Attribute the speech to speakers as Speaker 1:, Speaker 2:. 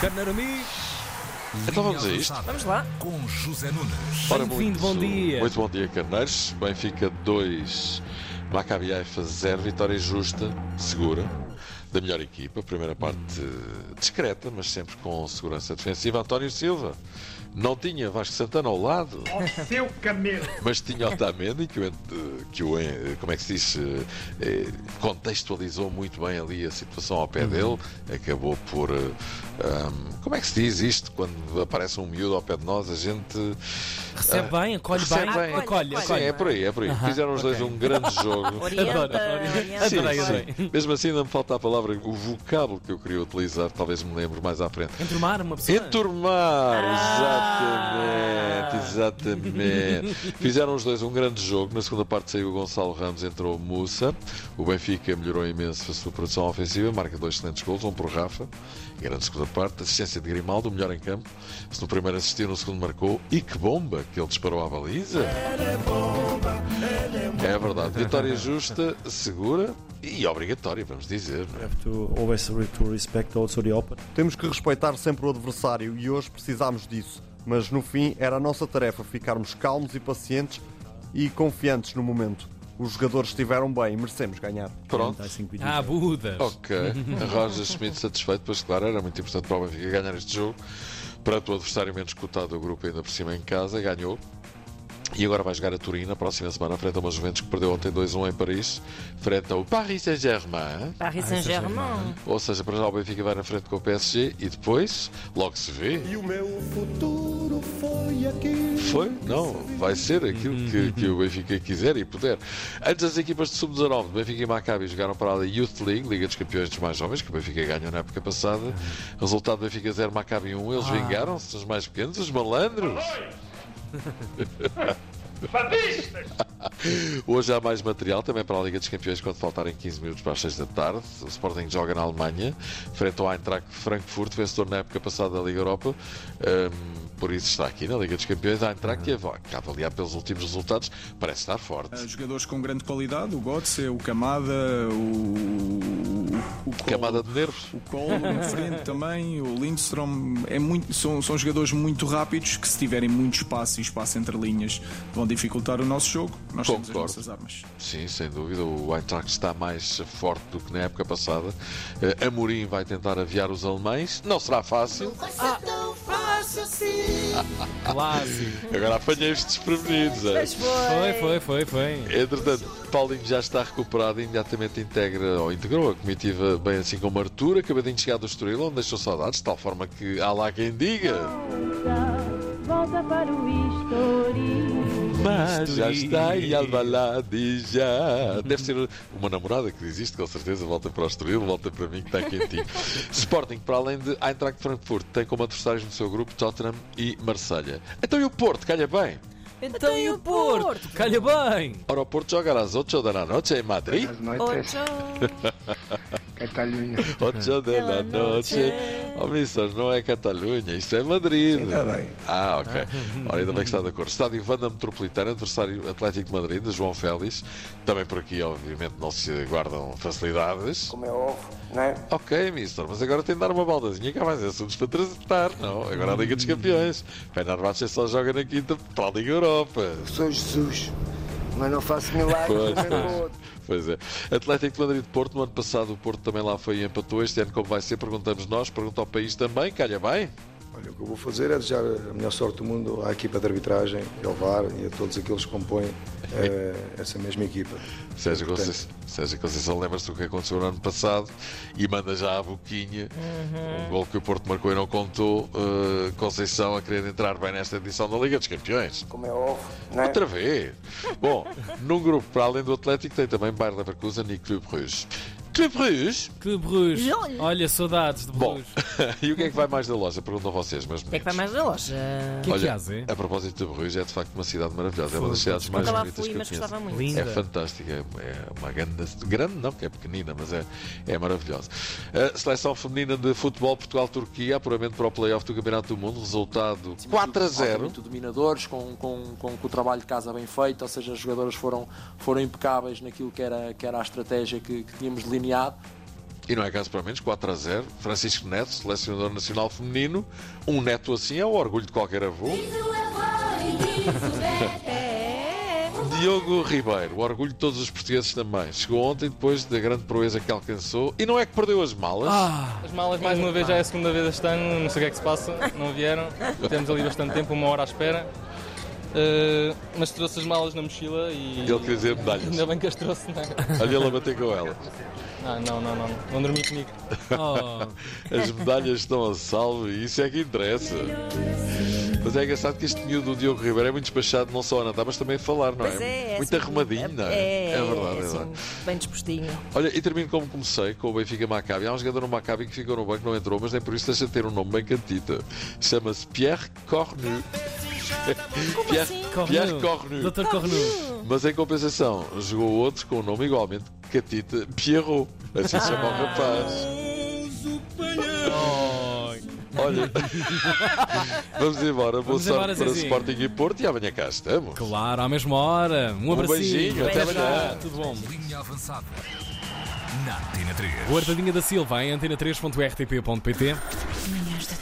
Speaker 1: Carneiro Amigo.
Speaker 2: Então vamos a isto.
Speaker 3: Vamos lá.
Speaker 4: Com José Nunes.
Speaker 2: Ora,
Speaker 1: Bem-vindo, bom
Speaker 2: muito-
Speaker 1: dia.
Speaker 2: Muito bom dia, Carneiros. Benfica 2, Maccabi Haifa 0. Vitória justa, segura, da melhor equipa. Primeira parte eh, discreta, mas sempre com segurança defensiva. António Silva não tinha Vasco Santana ao lado.
Speaker 5: seu camelo.
Speaker 2: mas tinha Otamendi que o, eh, que o eh, como é que se diz eh, eh, contextualizou muito bem ali a situação ao pé
Speaker 1: Uhum.
Speaker 2: dele acabou por eh, ahm, como é que se diz isto quando aparece um miúdo ao pé de nós a gente
Speaker 1: Recebe bem, acolhe
Speaker 2: Ah. recebe
Speaker 1: bem.
Speaker 2: bem.
Speaker 1: Acolhe,
Speaker 2: Sim,
Speaker 1: acolhe.
Speaker 2: é por aí, é por aí.
Speaker 1: Aham,
Speaker 2: Fizeram os dois
Speaker 1: ok.
Speaker 2: um grande jogo.
Speaker 3: Orienta,
Speaker 1: Adoro, adoro.
Speaker 3: orienta.
Speaker 2: Sim,
Speaker 1: Adorei,
Speaker 2: sim.
Speaker 1: adorei.
Speaker 2: Mesmo assim, ainda me falta a palavra, o vocábulo que eu queria utilizar, talvez me lembre mais à frente.
Speaker 1: Enturmar uma pessoa.
Speaker 2: Enturmar,
Speaker 1: Ah.
Speaker 2: exatamente, exatamente. Fizeram os dois um grande jogo. Na segunda parte saiu o Gonçalo Ramos, entrou o Moussa. O Benfica melhorou imenso a sua produção ofensiva, marca dois excelentes gols, um por Rafa. Grande segunda parte, assistência de Grimaldo, o melhor em campo. Se no primeiro assistiu, no segundo marcou. E que bomba que ele disparou à baliza! É verdade, vitória justa, segura e obrigatória, vamos dizer. não é?
Speaker 6: have to always re- to respect also the open.
Speaker 7: Temos que respeitar sempre o adversário e hoje precisámos disso. Mas no fim era a nossa tarefa ficarmos calmos e pacientes e confiantes no momento. Os jogadores estiveram bem e merecemos ganhar.
Speaker 2: Pronto.
Speaker 6: I think we did.
Speaker 1: Ah, Buda.
Speaker 2: Ok, Roger Schmidt satisfeito, pois claro, era muito importante para o Benfica ganhar este jogo. Perante o adversário menos cotado do grupo, ainda por cima em casa, ganhou. E agora vai jogar a Turim na próxima semana, frente a uma Juventus que perdeu ontem 2-1 em Paris, frente ao Paris Saint-Germain.
Speaker 3: Paris
Speaker 2: é
Speaker 3: Saint-Germain.
Speaker 2: Ou seja, para já o Benfica vai na frente com o PSG e depois, logo se vê.
Speaker 8: E o meu futuro foi aqui.
Speaker 2: Foi? Não, vai ser aquilo que, que o Benfica quiser e puder. Antes as equipas de sub-19, Benfica e Maccabi jogaram para a Youth League, Liga dos Campeões dos Mais Jovens, que o Benfica ganhou na época passada. Resultado Benfica 0, Maccabi 1.
Speaker 8: Ah.
Speaker 2: Eles vingaram-se, os mais pequenos, os malandros.
Speaker 5: Fadistas!
Speaker 2: Hoje há mais material também para a Liga dos Campeões quando faltarem 15 minutos para as 6 da tarde. O Sporting joga na Alemanha, frente ao Eintracht Frankfurt, vencedor na época passada da Liga Europa. Ahm, por isso está aqui na Liga dos Campeões, a Eintracht e a Vaca. A avaliar pelos últimos resultados, parece estar forte.
Speaker 8: Eh, Jogadores com grande qualidade, o Götze, o Camada, o. o, o Colo-
Speaker 2: Camada de nervos.
Speaker 8: O Colo na frente também, o Lindstrom. É muito, são, são jogadores muito rápidos que, se tiverem muito espaço e espaço entre linhas, vão dificultar o nosso jogo. Nós temos as
Speaker 2: Concordo.
Speaker 8: nossas armas.
Speaker 2: Sim, sem dúvida. O Eintracht está mais forte do que na época passada. Eh, Amorim vai tentar aviar os alemães. Não será fácil.
Speaker 1: Clássico.
Speaker 2: Agora apanhei-vos desprevenidos. eh?
Speaker 1: Foi, foi, foi, foi.
Speaker 2: Entretanto, Paulinho já está recuperado e imediatamente integra ou integrou a comitiva, bem assim como Arthur, acabadinho de chegar do Estoril, onde deixou saudades, de tal forma que há lá quem diga.
Speaker 9: Volta para o História.
Speaker 2: Mas já
Speaker 1: Estoril.
Speaker 2: está em Alvalade e já. Deve ser uma namorada que diz isto, com certeza. Volta para o Estoril, volta para mim que está quentinho. Sporting, para além de Eintracht Frankfurt, tem como adversários no seu grupo Tottenham e Marselha. Então e o Porto, calha bem.
Speaker 1: Então e o Porto? Calha bem.
Speaker 2: Ora, o Porto joga às 8 da noite em Madrid.
Speaker 5: As noites,
Speaker 10: Então.
Speaker 5: É Catalunha.
Speaker 2: 8 da noite. Oh, Missas, não é Catalunha, isto é Madrid.
Speaker 5: Ainda bem.
Speaker 2: Ah, ok. Ora, ainda bem que está de acordo. Estádio Vanda Metropolitana, adversário Atlético de Madrid, de João Félix. Também por aqui, obviamente, não se guardam facilidades.
Speaker 5: Como é ovo, não é?
Speaker 11: né?
Speaker 2: Ok, Mister, mas agora tem de dar uma baldazinha que há mais assuntos para tratar, não? Agora a Liga dos Campeões. Fenerbahçe só joga na quinta para a Liga Europa.
Speaker 5: Sou Jesus, mas não faço milagres.
Speaker 2: Pois,
Speaker 5: nem para o outro.
Speaker 2: Pois é. Atlético de Madrid de Porto, no ano passado o Porto também lá foi e empatou. Este ano, como vai ser, perguntamos nós, pergunta ao país também, calha bem.
Speaker 12: Olha, o que eu vou fazer é desejar a melhor sorte do mundo à equipa de arbitragem, ao VAR e a todos aqueles que compõem eh, essa mesma equipa.
Speaker 2: Sérgio
Speaker 12: Portanto,
Speaker 2: Conceição, Sérgio Conceição lembra-se do que aconteceu no ano passado e manda já a boquinha.
Speaker 3: Uhum.
Speaker 2: Um gol que o Porto marcou e não contou. Uh, Conceição a querer entrar bem nesta edição da Liga dos Campeões.
Speaker 5: Como é ovo,
Speaker 11: né?
Speaker 5: não é?
Speaker 2: Outra vez. Bom, num grupo para além do Atlético tem também Bayer Leverkusen e Clube Bruges. Clube Bruges?
Speaker 1: Que bruxo.
Speaker 3: Olha.
Speaker 1: Olha, saudades de
Speaker 2: Bom,
Speaker 1: bruxo.
Speaker 2: e o que é que vai mais da loja? Perguntam vocês, meus
Speaker 3: O que é que vai
Speaker 2: meninos.
Speaker 3: mais na
Speaker 1: O
Speaker 3: loja?
Speaker 1: que é que
Speaker 2: Olha,
Speaker 1: há, Zé?
Speaker 2: A propósito de Bruges, é de facto uma cidade maravilhosa. É uma das cidades mais
Speaker 3: Nunca lá
Speaker 2: bonitas
Speaker 3: fui,
Speaker 2: que eu
Speaker 3: mas
Speaker 2: conheço.
Speaker 3: gostava muito.
Speaker 1: Lindo.
Speaker 2: É fantástica, é uma grande, grande não, que é pequenina, mas é, é maravilhosa. A seleção feminina de futebol Portugal-Turquia, apuramento para o playoff do Campeonato do Mundo, resultado 4 a 0.
Speaker 11: Muito dominadores, com, com, com, com o trabalho de casa bem feito, ou seja, as jogadoras foram, foram impecáveis naquilo que era, que era a estratégia que, que tínhamos delineado.
Speaker 2: E não é caso para menos, 4 a 0. Francisco Neto, selecionador nacional feminino. Um neto assim é o orgulho de qualquer avô.
Speaker 9: É.
Speaker 2: Diogo Ribeiro, o orgulho de todos os portugueses também. Chegou ontem depois da grande proeza que alcançou. E não é que perdeu as malas.
Speaker 3: As malas, mais uma vez, já é a segunda vez este ano, não sei o que é que se passa, não vieram. Tivemos ali bastante tempo, uma hora à espera. Eh, mas trouxe as malas na mochila e.
Speaker 2: Ele queria dizer medalhas.
Speaker 3: Ainda bem que as trouxe, não é?
Speaker 2: Olha ele a bater com ela.
Speaker 3: Ah, não, não, não, não dormi comigo.
Speaker 1: Oh.
Speaker 2: As medalhas estão a salvo e isso é que interessa. Mas é engraçado que este miúdo do Diogo Ribeiro é muito despachado, não só a nadar, mas também a falar, não é?
Speaker 10: Pois é, é
Speaker 2: muito
Speaker 10: assim,
Speaker 2: arrumadinho, não é?
Speaker 10: É,
Speaker 2: verdade,
Speaker 10: é
Speaker 2: é
Speaker 10: assim,
Speaker 2: verdade.
Speaker 10: bem dispostinho.
Speaker 2: Olha, e termino como comecei, com o Benfica Maccabi. Há um jogador no Maccabi que ficou no banco, não entrou, mas nem por isso deixa de ter um nome bem cantita. Chama-se Pierre Cornu. Pierre,
Speaker 10: assim?
Speaker 2: Pierre Cornu.
Speaker 1: Doutor Cornu.
Speaker 2: Mas em compensação, jogou outro com um nome igualmente catita, Pierrot. Assim se chama o
Speaker 10: Ah.
Speaker 2: rapaz. Olha, vamos embora. Boa
Speaker 1: Vamos
Speaker 2: sorte
Speaker 1: embora,
Speaker 2: para
Speaker 1: Zezinho.
Speaker 2: Sporting e Porto e amanhã cá estamos.
Speaker 1: Claro, à mesma hora. Um abracinho.
Speaker 2: beijinho, até amanhã.
Speaker 1: Tudo bom.
Speaker 4: Linha avançada. Na Tina 3.
Speaker 1: O Artadinha da Silva em antena3.rtp.pt
Speaker 10: Manhãs da